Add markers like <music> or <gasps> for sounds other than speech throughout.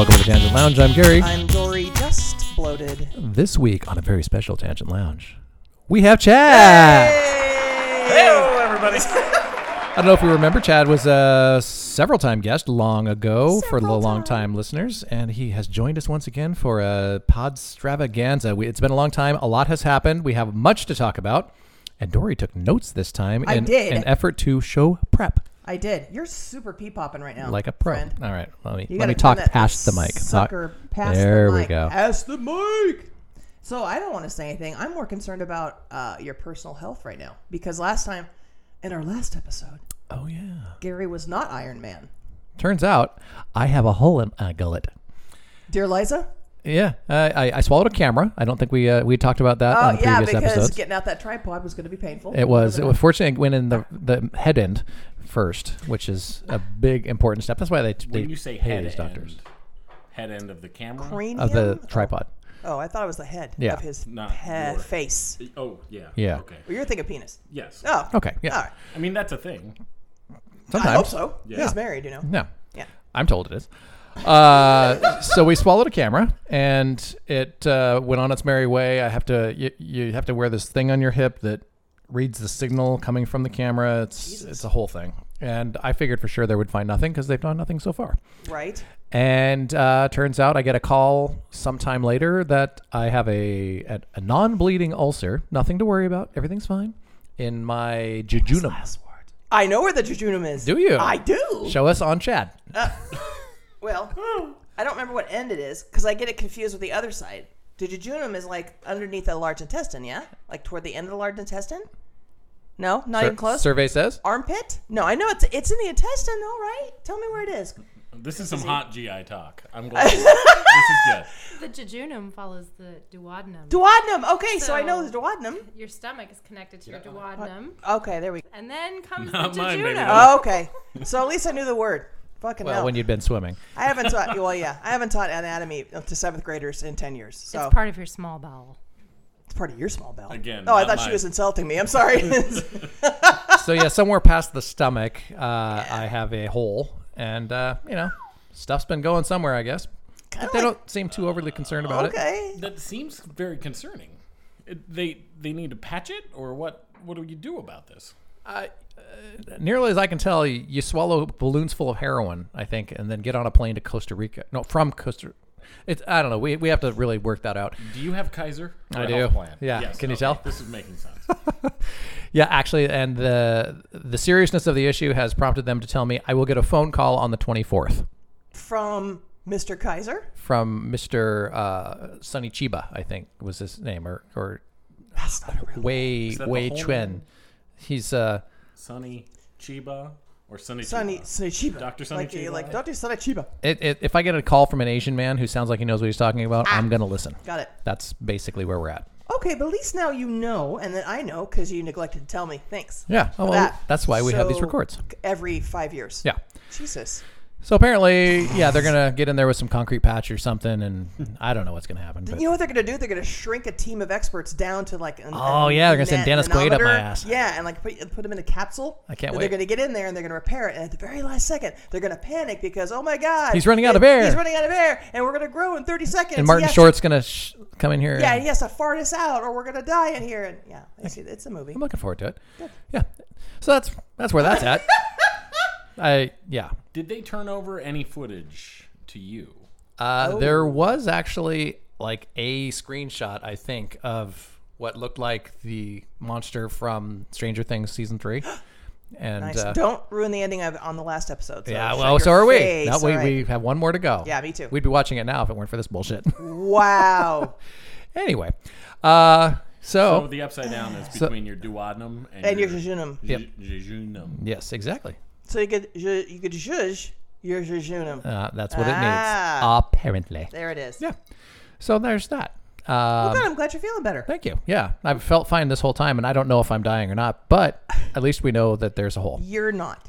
Lounge. I'm Gary. I'm Dory, just bloated. This week on a very special Tangent Lounge, we have Chad. Hello, everybody. I don't know if we remember, Chad was a several time guest long ago for the Several long time listeners, and he has joined us once again for a podstravaganza. We, it's been a long time. A lot has happened. We have much to talk about. And Dory took notes this time I in did. an effort to show prep I did. You're super pee popping right now. like a pro. Oh, friend. All right, let me, You let gotta me turn talk that past the mic. Talk- Sucker past there the we mic. Uh, go. Past the mic. So I don't want to say anything. I'm more concerned about uh, your personal health right now because last time, in our last episode, Oh, yeah. Gary was not Iron Man. Turns out I have a hole in my gullet. Dear Liza. Yeah, I, I, I swallowed a camera. I don't think we uh, we talked about that Oh on the yeah, previous because episodes. getting out that tripod was going to be painful. It was. It was fortunately it went in the the head end first, which is a big important step. That's why they they When you say pay head these end, doctors head end of the camera. Cranium? of Uh, the tripod. oh, I thought it was the head Yeah. of his Not pe- your- face. Oh yeah. Yeah. Okay. Well, you're thinking penis. Yes. Oh. Okay, yeah. All right. I mean that's a thing. Sometimes. Mm-hmm. I hope so. Yeah. He's married, you know. No, Yeah. I'm told it is. Uh, <laughs> so we swallowed a camera, and it uh, went on its merry way. I have to you, you have to wear this thing on your hip that reads the signal coming from the camera. It's it's a whole thing, and I figured for sure they would find nothing because they've done nothing so far. Right. And uh, turns out I get a call sometime later that I have a a, a non bleeding ulcer. Nothing to worry about. Everything's fine. In my jejunum. I know where the jejunum is. Do you? I do. Uh, Show us on Chad. <laughs> well, I don't remember what end it is because I get it confused with the other side. The jejunum is like underneath the large intestine, yeah? Like toward the end of the large intestine? No, not even close. Survey says. Armpit? No, I know it's it's in the intestine, all right? Tell me where it is. This is some hot GI talk. I'm <laughs> glad. this is good. The jejunum follows the duodenum. Duodenum. Okay, so, I know the So- duodenum. your stomach is connected to your duodenum, Okay, there we go. and then comes Not the mine, baby. jejunum. Oh. okay, so at least I knew the word. Fucking Well, hell. when you'd been swimming. I haven't taught. Well, yeah, I haven't taught anatomy to seventh graders in ten years. So It's part of your small bowel. It's part of your small bowel. Again, Oh, I not thought she mine. was insulting me. I'm <laughs> sorry. <laughs> so yeah, somewhere past the stomach, uh, I have a hole, and uh, you know, stuff's been going somewhere, I guess. But they don't seem too overly concerned about it. okay. That seems very concerning. It, they they need to patch it or what? What do you do about this? Nearly as I can tell, you, you swallow balloons full of heroin, I think, and then get on a plane to Costa Rica. No, from Costa. It's I don't know. We we have to really work that out. Do you have Kaiser? or I a do. health Plan? Yeah. Yes, Can you okay. tell? This is making sense. <laughs> Yeah, actually, and the the seriousness of the issue has prompted them to tell me I will get a phone call on the twenty fourth From Mr. Kaiser. from Mister uh, Sonny Chiba, I think was his name, or or That's not a real. Wei that the Wei whole Chuen. name? He's uh Sunny Chiba or Sunny Sonny Chiba? Sonny Chiba. Dr. Sonny like, the- Chiba. Like Dr. Sonny Chiba. it, it, if I get a call from an Asian man who sounds like he knows what he's talking about, Ah. I'm gonna listen. Got it. That's basically where we're at. Okay, but at least now you know, and then I know because you neglected to tell me. Thanks. Yeah. Oh, for well, that. that's why we have these So, records. Every five years. Yeah. Jesus. So apparently, yeah, they're gonna get in there with some concrete patch or something, <laughs> and I don't know what's gonna happen. But You know what they're going to do? They're going to shrink a team of experts down to like an. Oh, an yeah, they're gonna send net- Dennis Quaid up my manometer. ass. Yeah, and like put, put them in a capsule. I can't and wait. They're going to get in there and they're going to repair it. And at the very last second, they're going to panic because, oh my God. He's running out of it- air. He's running out of air. And we're going to grow in 30 seconds. and Martin He has Short's gonna sh- come in here. To, yeah, and- he has to fart us out or we're going to die in here. And yeah, it's, it's a movie. I'm looking forward to it. Yeah. So that's that's where that's <laughs> at. I yeah. Did they turn over any footage to you? Uh, Oh. There was actually like a screenshot, I think, of what looked like the monster from Stranger Things season <gasps> three, and Nice. uh, Don't ruin the ending of, on the last episode. So yeah, shut well, your so are we. face. Now we, All right. we have one more to go. Yeah, me too. We'd be watching it now if it weren't for this <laughs> bullshit. Wow. <laughs> anyway, uh, so, Oh, the upside down is between your duodenum and, and your your jejunum. Yep. je- jejunum. yes, exactly. So you could, ju- you could judge your jejunum. Uh, that's what Ah. it needs, apparently. there it is. Yeah. So there's that. Oh, Um, God, I'm glad you're feeling better. thank you. Yeah, I've felt fine this whole time, and I don't know if I'm dying or not, but at least we know that there's a hole. You're not.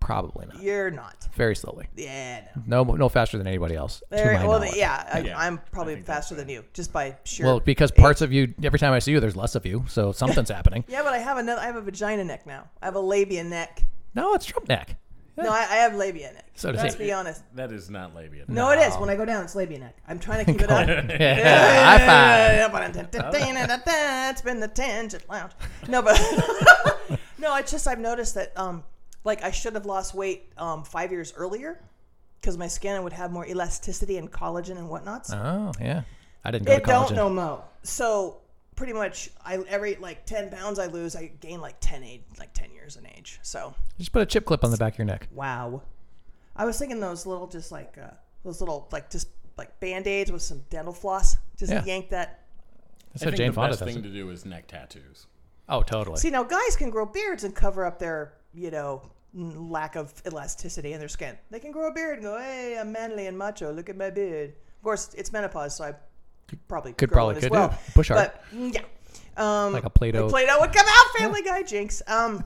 Probably not. You're not. Very slowly. Yeah. No. No, no faster than anybody else. There- to my well, knowledge. yeah, I, Yeah, I'm I probably think faster than you, just by sheer. Well, because parts of you, every time I see you, there's less of you, so something's happening. yeah, but I have another. I have a vagina neck now. I have a labia neck. No, it's Trump neck. No, I, I have labia neck. So does Let's <laughs> he. be honest. That is not labia. No, it is. When I go down, it's labia neck. I'm trying <laughs> to keep it up. Yeah, high five. <laughs> It's been the tangent lounge. No, but <laughs> no, it's just I've noticed that um, like I should have lost weight um five years earlier because my skin would have more elasticity and collagen and whatnots. Oh yeah, I didn't go to it college. don't know mo. So pretty much, I every like ten pounds I lose, I gain like ten age, like ten years in age. So Just put a chip clip on the back of your neck. wow, I was thinking those little just like uh, those little like just like band aids with some dental floss. Just Yeah. yank that That's I how think Jane the Fonda best does thing it. to do is neck tattoos. Oh, totally. See, now guys can grow beards and cover up their, you know, n- lack of elasticity in their skin. They can grow a beard and go, hey, I'm manly and macho. Look at my beard. Of course, it's menopause, so I probably Could grow probably one could as well. do. Push hard. But mm, yeah, um, Like a Play-Doh. Play-Doh would come out. Family Guy jinx. Um,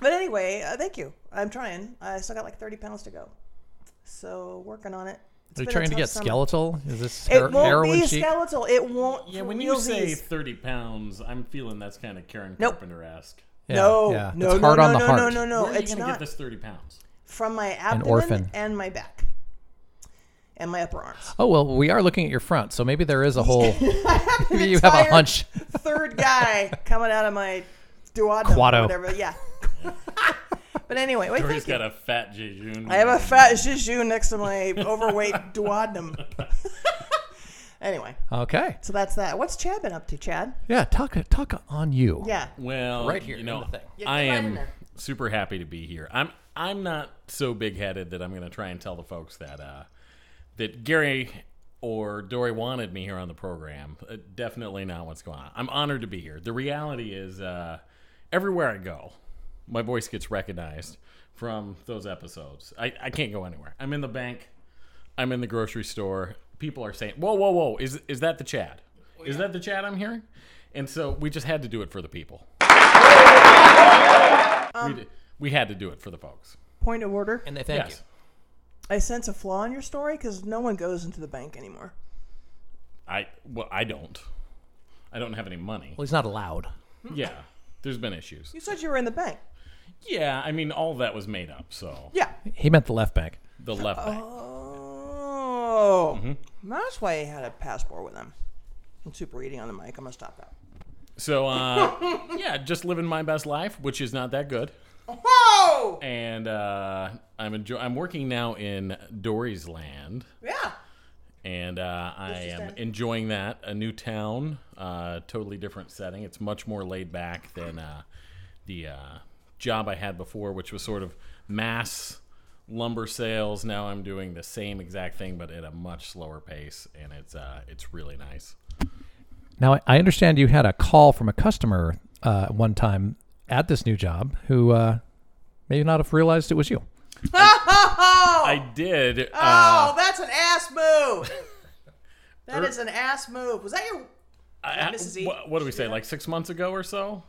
but anyway, uh, thank you. I'm trying. I still got like 30 pounds to go, so working on it. It's Are you been a trying to tough get summer. skeletal? Is this her- It won't heroin be chic? skeletal. It won't. Yeah, for when you say realsies. thirty pounds, I'm feeling that's kind of Karen Nope. Carpenter esque. Yeah, no, yeah. no, it's no, hard no, on the no, heart. no, no, no, Where are you It's gonna not. get this thirty pounds? from my abdomen orphan. and my back and my upper <laughs> arms. Oh well, we are looking at your front, so maybe there is <laughs> a whole. <laughs> maybe you have a entire hunch. Third guy coming out of my duodenum Quado. or whatever. Yeah. <laughs> but anyway, wait, Or he's thank you. got a fat jejun. I have a fat jiju next to my overweight duodenum. <laughs> anyway, Okay. so that's that. What's Chad been up to, Chad? Yeah, talk talk on you. Yeah. Well, Right here You in know, the thing. Yeah, I come right in am there. super happy to be here. I'm I'm not so big headed that I'm going to try and tell the folks that uh, that Gary or Dory wanted me here on the program. Uh, definitely not what's going on. I'm honored to be here. The reality is, uh, everywhere I go, my voice gets recognized from those episodes. I, I can't go anywhere. I'm in the bank. I'm in the grocery store. People are saying, "Whoa, whoa, whoa! Is is that the Chad? Oh, Is that the Chad I'm hearing?" And so we just had to do it for the people. we, did, we had to do it for the folks. Point of order. And they Um, thank yes, I sense a flaw in your story because no one goes into the bank anymore. I well, I don't. I don't have any money. Well, he's not allowed. Yeah, there's been issues. You said you were in the bank. Yeah, I mean, all that was made up. So Yeah. He meant the left bank. the left bank. Oh, that's why he had a passport with him. I'm super eating on the mic. I'm gonna stop that. So uh, <laughs> yeah, just living my best life, which is not that good. Whoa! And uh, I'm enjoy- I'm working now in Dory's land. Yeah. and uh, I just am end. enjoying that. A new town, uh, totally different setting. It's much more laid back than uh, the uh, job I had before, which was sort of mass lumber sales. Now I'm doing the same exact thing, but at a much slower pace, and it's uh, it's really nice. Now, I- I understand you had a call from a customer uh, one time at this new job who uh, may not have realized it was you. <laughs> Oh, I did. Uh, oh that's an ass move. That is an ass move. Was that your? I- I- Mrs. E. Uh, What, what do we say? Like six months ago or so,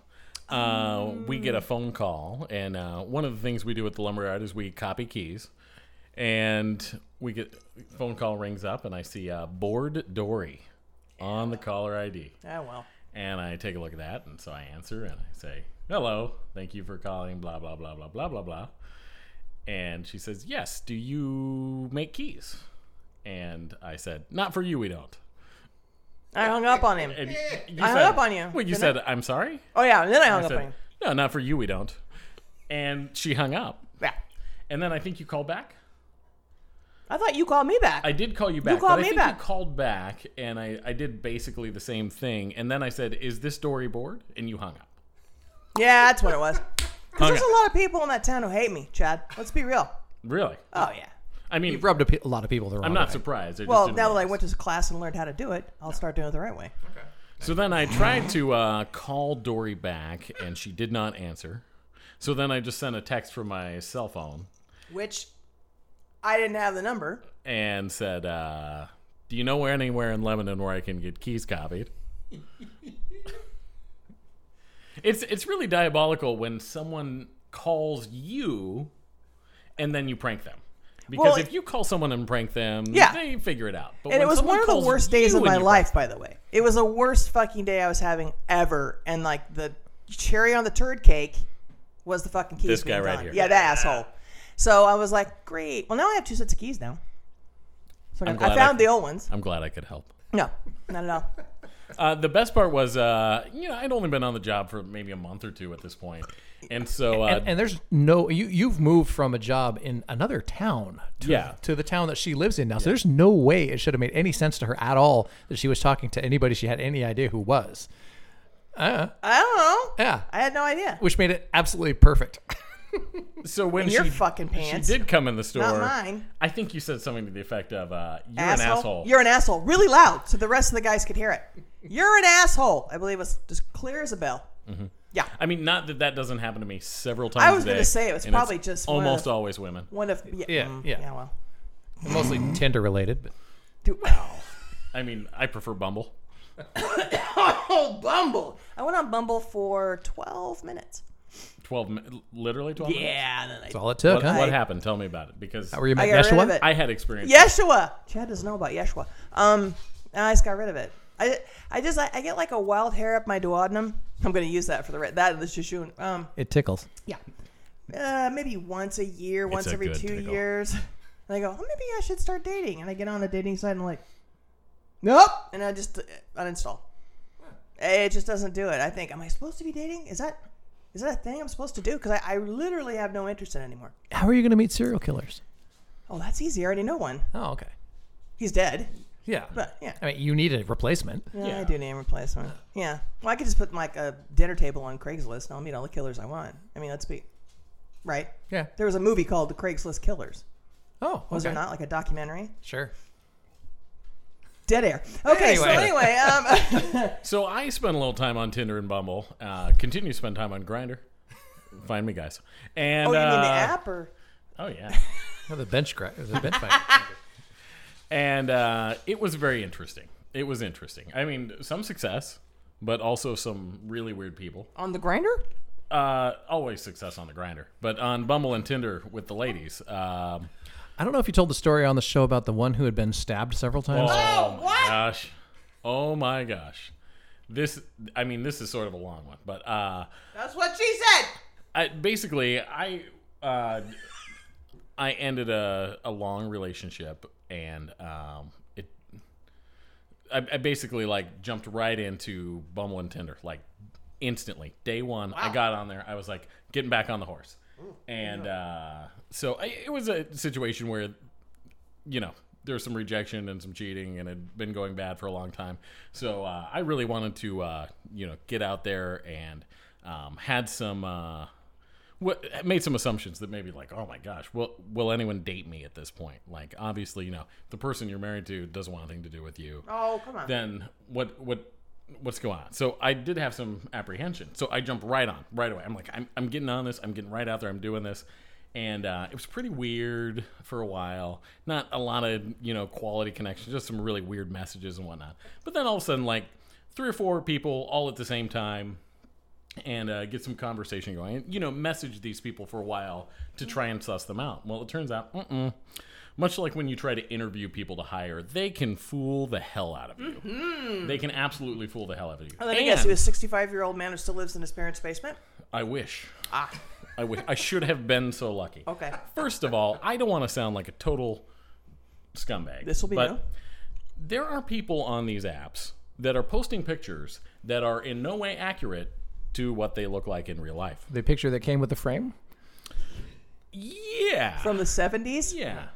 uh, we get a Um. phone call, and uh, one of the things we do at the lumberyard is we copy keys, and we get phone call rings up, and I see uh, board Dory on the caller ID, Oh well. and I take a look at that, and so I answer and I say, "Hello, thank you for calling." Blah blah blah blah blah blah blah, and she says, "Yes, do you make keys?" And I said, "Not for you, we don't." I hung up on him. <laughs> And you I hung said- up on you, Well, you didn't said, "I'm sorry." Oh yeah, and then I hung I up on said, him. no, not for you. We don't. And she hung up. Yeah. And then I think you called back. I thought you called me back. I did call you back. called but me I think back. You called back, and I, I did basically the same thing. And then I said, "Is this Dory bored?" And you hung up. yeah, that's what it <laughs> was. 'Cause Hung there's up. a lot of people in that town who hate me, Chad. Let's be real. Really? Oh yeah. I mean, You've rubbed a, pe- a lot of people the wrong I'm not way. surprised. I just Well, didn't now that I realize. went to class and learned how to do it, I'll start doing it the right way. So then I tried to uh, call Dory back, and she did not answer. So then I just sent a text from my cell phone Which I didn't have the number. and said, uh, "Do you know where anywhere in Lebanon where I can get <laughs> keys copied?" it's it's really diabolical when someone calls you, and then you prank them. Because Well, if you call someone and prank them, Yeah. they figure it out. But And when it was someone one of the calls worst days you of my and you- life, by the way. It was the worst fucking day I was having ever. And like the cherry on the turd cake was the fucking keys. This guy being right gone. here. Yeah, that asshole. So I was like, great. Well, now I have two sets of keys now. So I'm I glad I found could- the old ones. I'm glad I could help. No, not at all. Uh, the best part was, uh, you know, I'd only been on the job for maybe a month or two at this point, and so uh, and, and there's no you you've moved from a job in another town to, Yeah. to the town that she lives in now so there's no way it should have made any sense to her at all that she was talking to anybody she had any idea who was I don't know. yeah I had no idea. which made it absolutely perfect <laughs> so when In she your fucking she pants. did come in the store, Not mine. I think you said something to the effect of, uh, "You're asshole. an asshole." You're an asshole. Really loud, so the rest of the guys could hear it. You're an asshole. I believe it was just clear as a bell. Yeah. I mean, not that that doesn't happen to me several times. I was a day, gonna say it was and it's probably just one of- almost always women. One of yeah. Yeah, mm, yeah. well. mostly tinder related but Do, I mean, I prefer Bumble. oh, Bumble. I went on Bumble for 12 minutes. Twelve, mi- literally twelve. minutes? Yeah, and then I that's all it took What, huh what I- happened? Tell me about it because were you I met got rid of Yeshua? it. I had experience. Yeshua. Chad doesn't know about Yeshua. Um, I just got rid of it. I, I just I, I get like a wild hair up my duodenum. I'm gonna use that for the re- that and the shishun. Um, it tickles Yeah. uh, maybe once a year, once a every good two tickle. years. And I go, oh, maybe I should start dating. And I get on a dating site and I'm like, nope. And I just uh, uninstall. It just doesn't do it. I think, am I supposed to be dating? Is that is that a thing I'm supposed to do? Because I, I literally have no interest in it anymore. how are you going to meet serial killers Oh, that's easy. I already know one. oh okay He's dead. yeah But yeah. i mean you need a replacement Yeah, Yeah. I do name replacement. Yeah. Well, I could just put like a dinner table on Craigslist and I'll meet all the killers I want. I mean, let's be right. yeah There was a movie called The Craigslist Killers. oh okay. Was there not like a documentary? sure Dead air. Okay, so Anyway. anyway, <laughs> um, <laughs> So I spent a little time on Tinder and Bumble. Uh, continue to spend time on Grinder. <laughs> Find me, guys. And oh, you mean the uh, app or Oh yeah. Oh, the bench crack the bench fight <laughs> and uh, it was very interesting. It was interesting. I mean, some success, but also some really weird people. on the grinder? Uh, always success on the grinder, but on Bumble and Tinder with the ladies. Um, i don't know if you told the story on the show about the one who had been stabbed several times Oh, my gosh. Oh my gosh. This I mean this is sort of a long one, but uh That's what she said. I basically I uh I ended a a long relationship and um it I, I basically like jumped right into Bumble and Tinder like instantly. Day 1 I got on there. I was like getting back on the horse. and uh so I, it was a situation where you know, there was some rejection and some cheating, and it had been going bad for a long time. So uh, I really wanted to, uh, you know, get out there and um, had some, uh, what, made some assumptions that maybe like, oh my gosh, will will anyone date me at this point? Like, obviously, you know, the person you're married to doesn't want anything to do with you Oh, come on. then what what what's going on so i did have some apprehension so i jumped right on right away i'm like i'm, I'm getting on this i'm getting right out there i'm doing this and uh, it was pretty weird for a while not a lot of you know quality connections just some really weird messages and whatnot but then all of a sudden like three or four people all at the same time and uh, get some conversation going and you know message these people for a while to try and suss them out well it turns out mm-mm. much like when you try to interview people to hire they can fool the hell out of you they can absolutely fool the hell out of you And Mm-hmm. Oh, then I guess he was a 65 year old man who still lives in his parents' basement. i wish Ah, i wish i should have been so lucky okay. first of all i don't want to sound like a total scumbag This will be but new. there are people on these apps that are posting pictures that are in no way accurate to what they look like in real life the picture that came with the frame yeah From the <laughs> 70s? Yeah.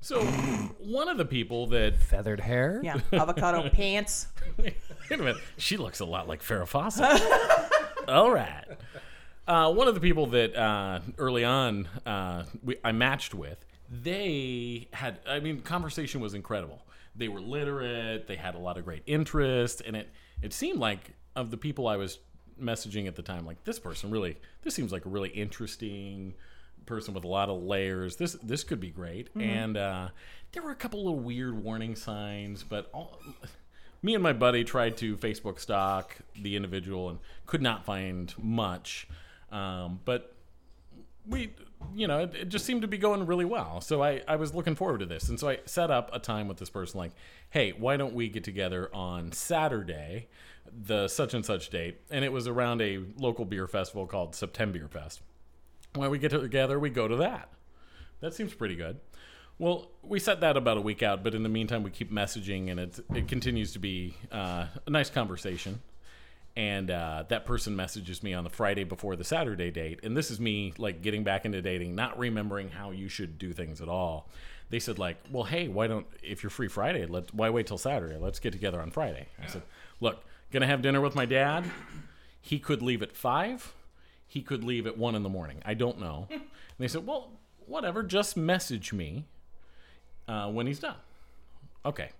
So one of the people that feathered hair Yeah. Avocado pants. <laughs> wait a minute, she looks a lot like Farrah Fawcett. <laughs> All right. Uh, one of the people that uh, early on uh, we, I matched with, they had. I mean, conversation was incredible. They were literate. They had a lot of great interest, and it it seemed like of the people I was messaging at the time, like this person really, this seems like a really interesting person with a lot of layers. This this could be great. And uh, there were a couple little weird warning signs, but all, me and my buddy tried to Facebook stalk the individual and could not find much. Um, but we, you know, it, it just seemed to be going really well. So I, I was looking forward to this. And so I set up a time with this person like, hey, why don't we get together on Saturday, the such and such date? And it was around a local beer festival called September Beer Fest. When we get together, we go to that. That seems pretty good. Well, we set that about a week out, but in the meantime, we keep messaging, and it it continues to be uh, a nice conversation. And uh, that person messages me on the Friday before the Saturday date, and this is me like getting back into dating, not remembering how you should do things at all. They said like, "Well, hey, why don't if you're free Friday, let why wait till Saturday? Let's get together on Friday." I said, "Look, gonna have dinner with my dad. He could leave at five. He could leave at one in the morning. I don't know." and they said, "Well, whatever. Just message me uh, when he's done. Okay.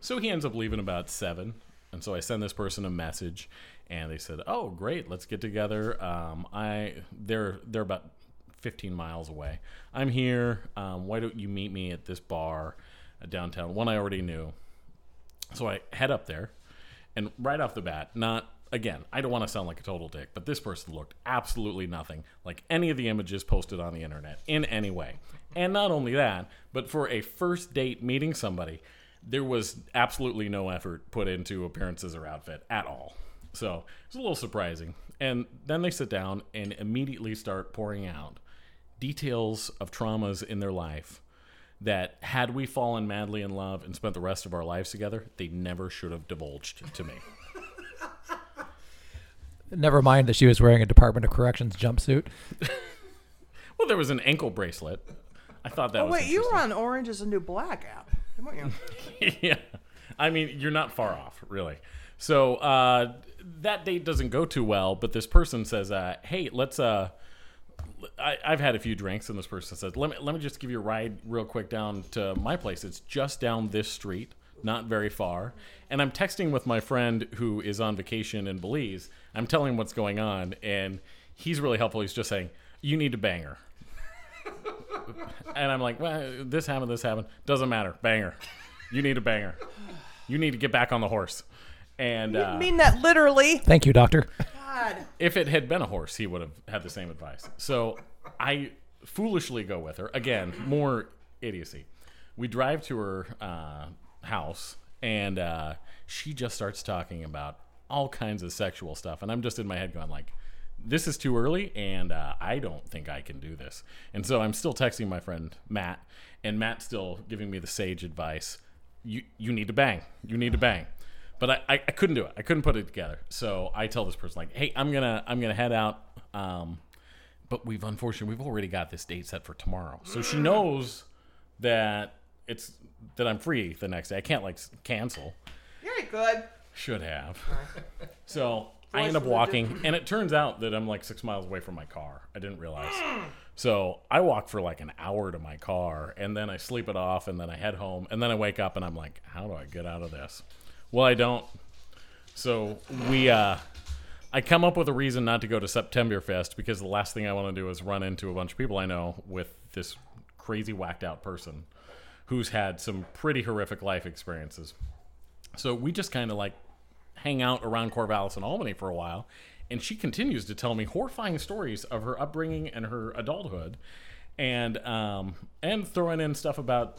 So he ends up leaving about seven. And so I send this person a message, and they said, "Oh, great, let's get together." Um, I they're they're about fifteen miles away. I'm here. Um, why don't you meet me at this bar uh, downtown? One I already knew. So I head up there, and right off the bat, not again, I don't want to sound like a total dick, but this person looked absolutely nothing like any of the images posted on the internet in any way. And not only that, but for a first date meeting somebody, there was absolutely no effort put into appearances or outfit at all. So it's a little surprising. And then they sit down and immediately start pouring out details of traumas in their life that had we fallen madly in love and spent the rest of our lives together, they never should have divulged <laughs> to me. Never mind that she was wearing a Department of Corrections jumpsuit. Well, there was an ankle bracelet. I thought that Oh, was wait, you were interesting. on Orange is the New Black app, weren't you? <laughs> yeah. I mean, you're not far off, really. So uh, that date doesn't go too well, but this person says, uh, "Hey, let's." Uh, I, I've had a few drinks, and this person says, "Let me let me just give you a ride real quick down to my place. It's just down this street, not very far." And I'm texting with my friend who is on vacation in Belize. I'm telling him what's going on, and he's really helpful. He's just saying, "You need to bang her," and I'm like, "Well, this happened, this happened. Doesn't matter. Bang her. You need a banger. You need to get back on the horse." And uh, I mean that literally. Thank you, doctor. God. if it had been a horse, he would have had the same advice. So I foolishly go with her. Again, more idiocy. We drive to her uh, house, and uh, she just starts talking about all kinds of sexual stuff. And I'm just in my head going, like, this is too early, and uh, I don't think I can do this. And so I'm still texting my friend Matt, and Matt's still giving me the sage advice you you need to bang. You need to bang. But I, I, I couldn't do it. I couldn't put it together. So I tell this person like, hey, I'm gonna I'm gonna head out. Um, but we've unfortunately we've already got this date set for tomorrow. So she knows that it's that I'm free the next day. I can't like s- cancel. Very good. Should have. So I Voice end up of the walking, and it turns out that I'm like six miles away from my car. I didn't realize. So I walk for like an hour to my car, and then I sleep it off, and then I head home, and then I wake up, and I'm like, how do I get out of this? Well, I don't. So we, uh, I come up with a reason not to go to Septemberfest because the last thing I want to do is run into a bunch of people I know with this crazy whacked out person who's had some pretty horrific life experiences. So we just kind of like hang out around Corvallis and Albany for a while. And she continues to tell me horrifying stories of her upbringing and her adulthood, and um, and throwing in stuff about,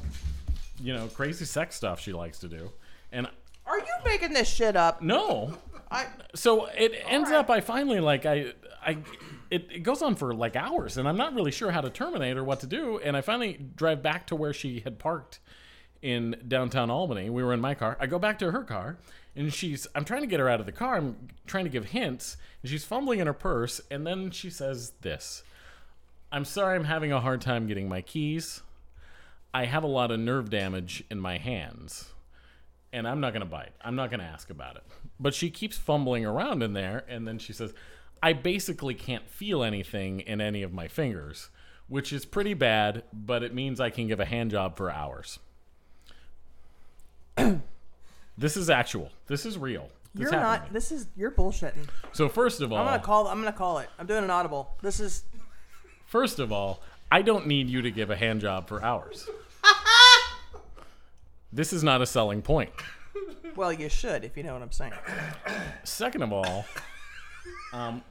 you know, crazy sex stuff she likes to do. And Are you making this shit up? no, I so it ends up I finally like I I it, it goes on for like hours and I'm not really sure how to terminate or what to do and I finally drive back to where she had parked in downtown Albany. We were in my car. I go back to her car and she's I'm trying to get her out of the car. I'm trying to give hints and she's fumbling in her purse and then she says this. I'm sorry I'm having a hard time getting my keys. I have a lot of nerve damage in my hands and I'm not going to bite. I'm not going to ask about it. But she keeps fumbling around in there, and then she says, I basically can't feel anything in any of my fingers, which is pretty bad, but it means I can give a hand job for hours. <clears throat> this is actual. This is Oh. real. This you're happened to not me. this is you're bullshitting. So, first of all, I'm gonna call I'm gonna call it. I'm doing an audible. This is First of all, I don't need you to give a hand job for hours. this is not a selling point. well, you should if you know what I'm saying. Second of all, um,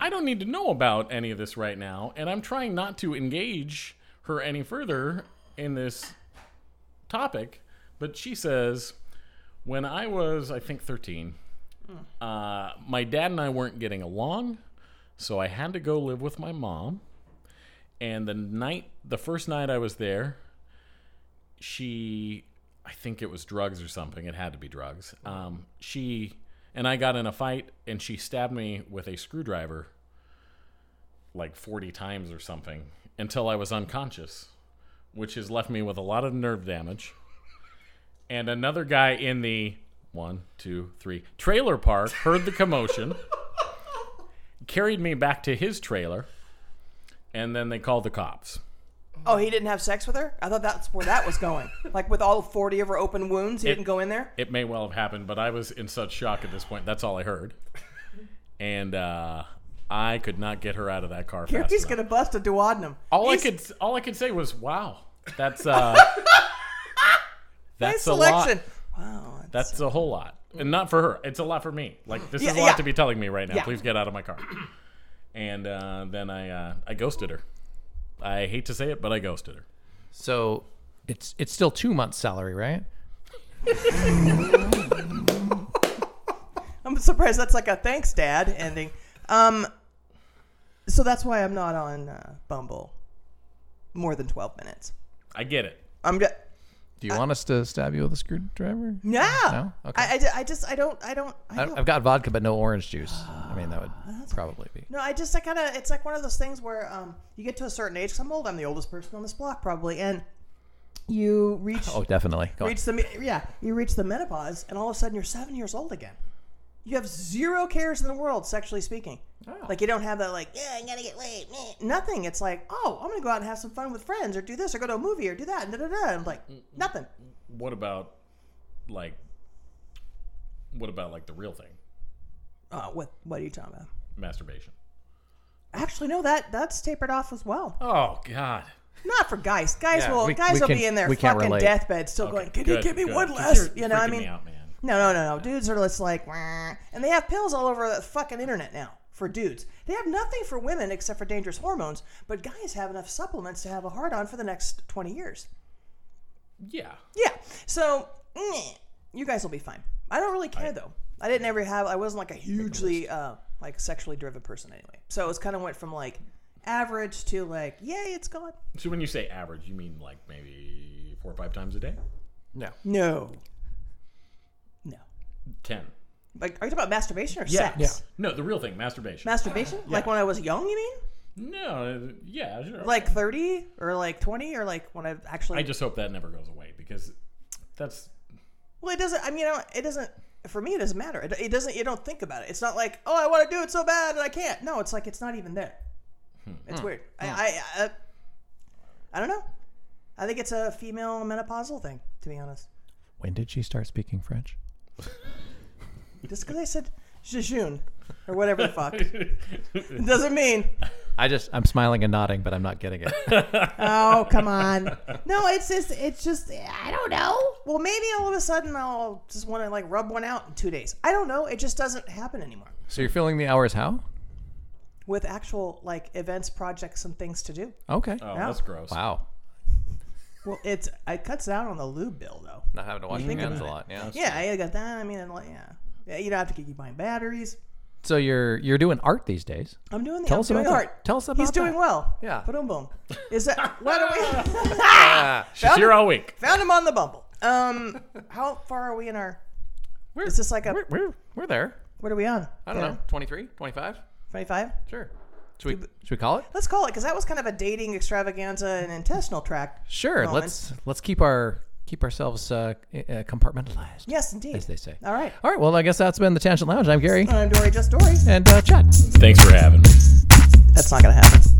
I don't need to know about any of this right now, and I'm trying not to engage her any further in this topic. But she says, when I was, I think, 13, uh, my dad and I weren't getting along, so I had to go live with my mom. And the night, the first night I was there, she, I think it was drugs or something. It had to be drugs. Um, she and I got in a fight, and she stabbed me with a screwdriver like 40 times or something until I was unconscious, which has left me with a lot of nerve damage. And another guy in the one, two, three trailer park heard the commotion, carried me back to his trailer, and then they called the cops. Oh, he didn't have sex with her? I thought that's where that was going. like with all 40 of her open wounds, he didn't go in there? It may well have happened, but I was in such shock at this point. That's all I heard. <laughs> And uh, I could not get her out of that car fast He's enough. going to bust a duodenum. All I could all I could say was, "Wow, <laughs> that's uh, <laughs> Nice that's a lot. selection. Wow. That's, That's a whole lot, and not for her. It's a lot for me. Like this is a Yeah, lot yeah. to be telling me right now. Yeah. Please get out of my car." And uh, then I uh, I ghosted her. I hate to say it, but I ghosted her. So it's it's still two months' salary, right? I'm surprised that's like a thanks, Dad ending. Um, so that's why I'm not on uh, Bumble more than 12 minutes. I get it. I'm just. Do you want us to stab you with a screwdriver? No. No? Okay. I, I ju- I just, I don't, I don't, I I, don't. I've got vodka, but no orange juice. I mean, that would probably be. Ah, no, I just, I kind of, it's like one of those things where um, you get to a certain age, 'cause I'm old, I'm the oldest person on this block probably, and you reach, Oh, definitely. Go on. reach the, me- yeah, you reach the menopause, and all of a sudden you're seven years old again. You have zero cares in the world, sexually speaking. Ah. Like you don't have that, like, yeah, I gotta get laid. meh." Nothing. It's like, oh, I'm gonna go out and have some fun with friends, or do this, or go to a movie, or do that, and da da da. I'm like, nothing. What about like what about like the real thing, Oh, what, what are you talking about? masturbation? Actually, no, that that's tapered off as well. Oh God. Not for guys. Guys Yeah, will we- guys we will can- be in their we can't fucking relate. deathbed still going, Can you Good, give me good. one 'Cause less? you're You know, I freaking me mean out, man. No, no, no, no. Dudes are just like "Wah." and they have pills all over the fucking internet now for dudes. They have nothing for women except for dangerous hormones, but guys have enough supplements to have a hard on for the next twenty years. Yeah. Yeah. So meh, you guys will be fine. I don't really care though. I didn't ever have. I wasn't like a hugely uh, like sexually driven person anyway. So it was kind of went from like average to like yay, it's gone. So when you say average, you mean like maybe four or five times a day? No. No. No. Ten. Like, are you talking about masturbation or sex? No, the real thing, masturbation. Masturbation? Like when I was young, you mean? no, uh, yeah, sure. Like 30 or like 20 or like when I actually. I just hope that never goes away because that's <laughs> well, it doesn't, I mean, I don't- it doesn't, for me, it doesn't matter. It, it doesn't, you don't think about it. It's not like, oh, I want to do it so bad and I can't. No, it's like, it's not even there. Hmm. It's weird. I, I, I, I don't know. I think it's a female menopausal thing, to be honest. When did she start speaking French? Just because I said jejun or whatever <laughs> the fuck Oh, doesn't mean I just I'm smiling and nodding, but I'm not getting it. <laughs> Oh, come on. No, it's just, it's just, I don't know. Well, maybe all of a sudden I'll just want to like rub one out in two days. I don't know. It just doesn't happen anymore so you're filling the hours how? with actual like events, projects, and things to do. Okay. oh, Yeah. that's gross. Wow. Well, it's, it cuts down on the lube bill though. Not having to wash your hands a lot. Yeah. Yeah, I got that. I mean, and, like, yeah. yeah. You don't have to keep buying batteries. So you're you're doing art these days. I'm doing the Tell I'm us doing about that. art. Tell us He's about doing that. well. Yeah. Boom, boom. <laughs> Is that, why do we, <laughs> Ah. She's here all week. found him on the bumble. Um, how far are we in our, We're, is this like a, we're, we're we're there. what are we on? I don't know. 23, 25? 25? Sure. Should we should we call it? Let's call it because that was kind of a dating extravaganza and intestinal tract. Sure. Moment. Let's let's keep our keep ourselves uh, uh, compartmentalized, Yes, indeed. as they say. All right. All right. Well, I guess that's been the uh, Tangent Lounge. I'm Gary I'm Dory, just Dory. and uh, Chad. Thanks for having me. That's not going to happen.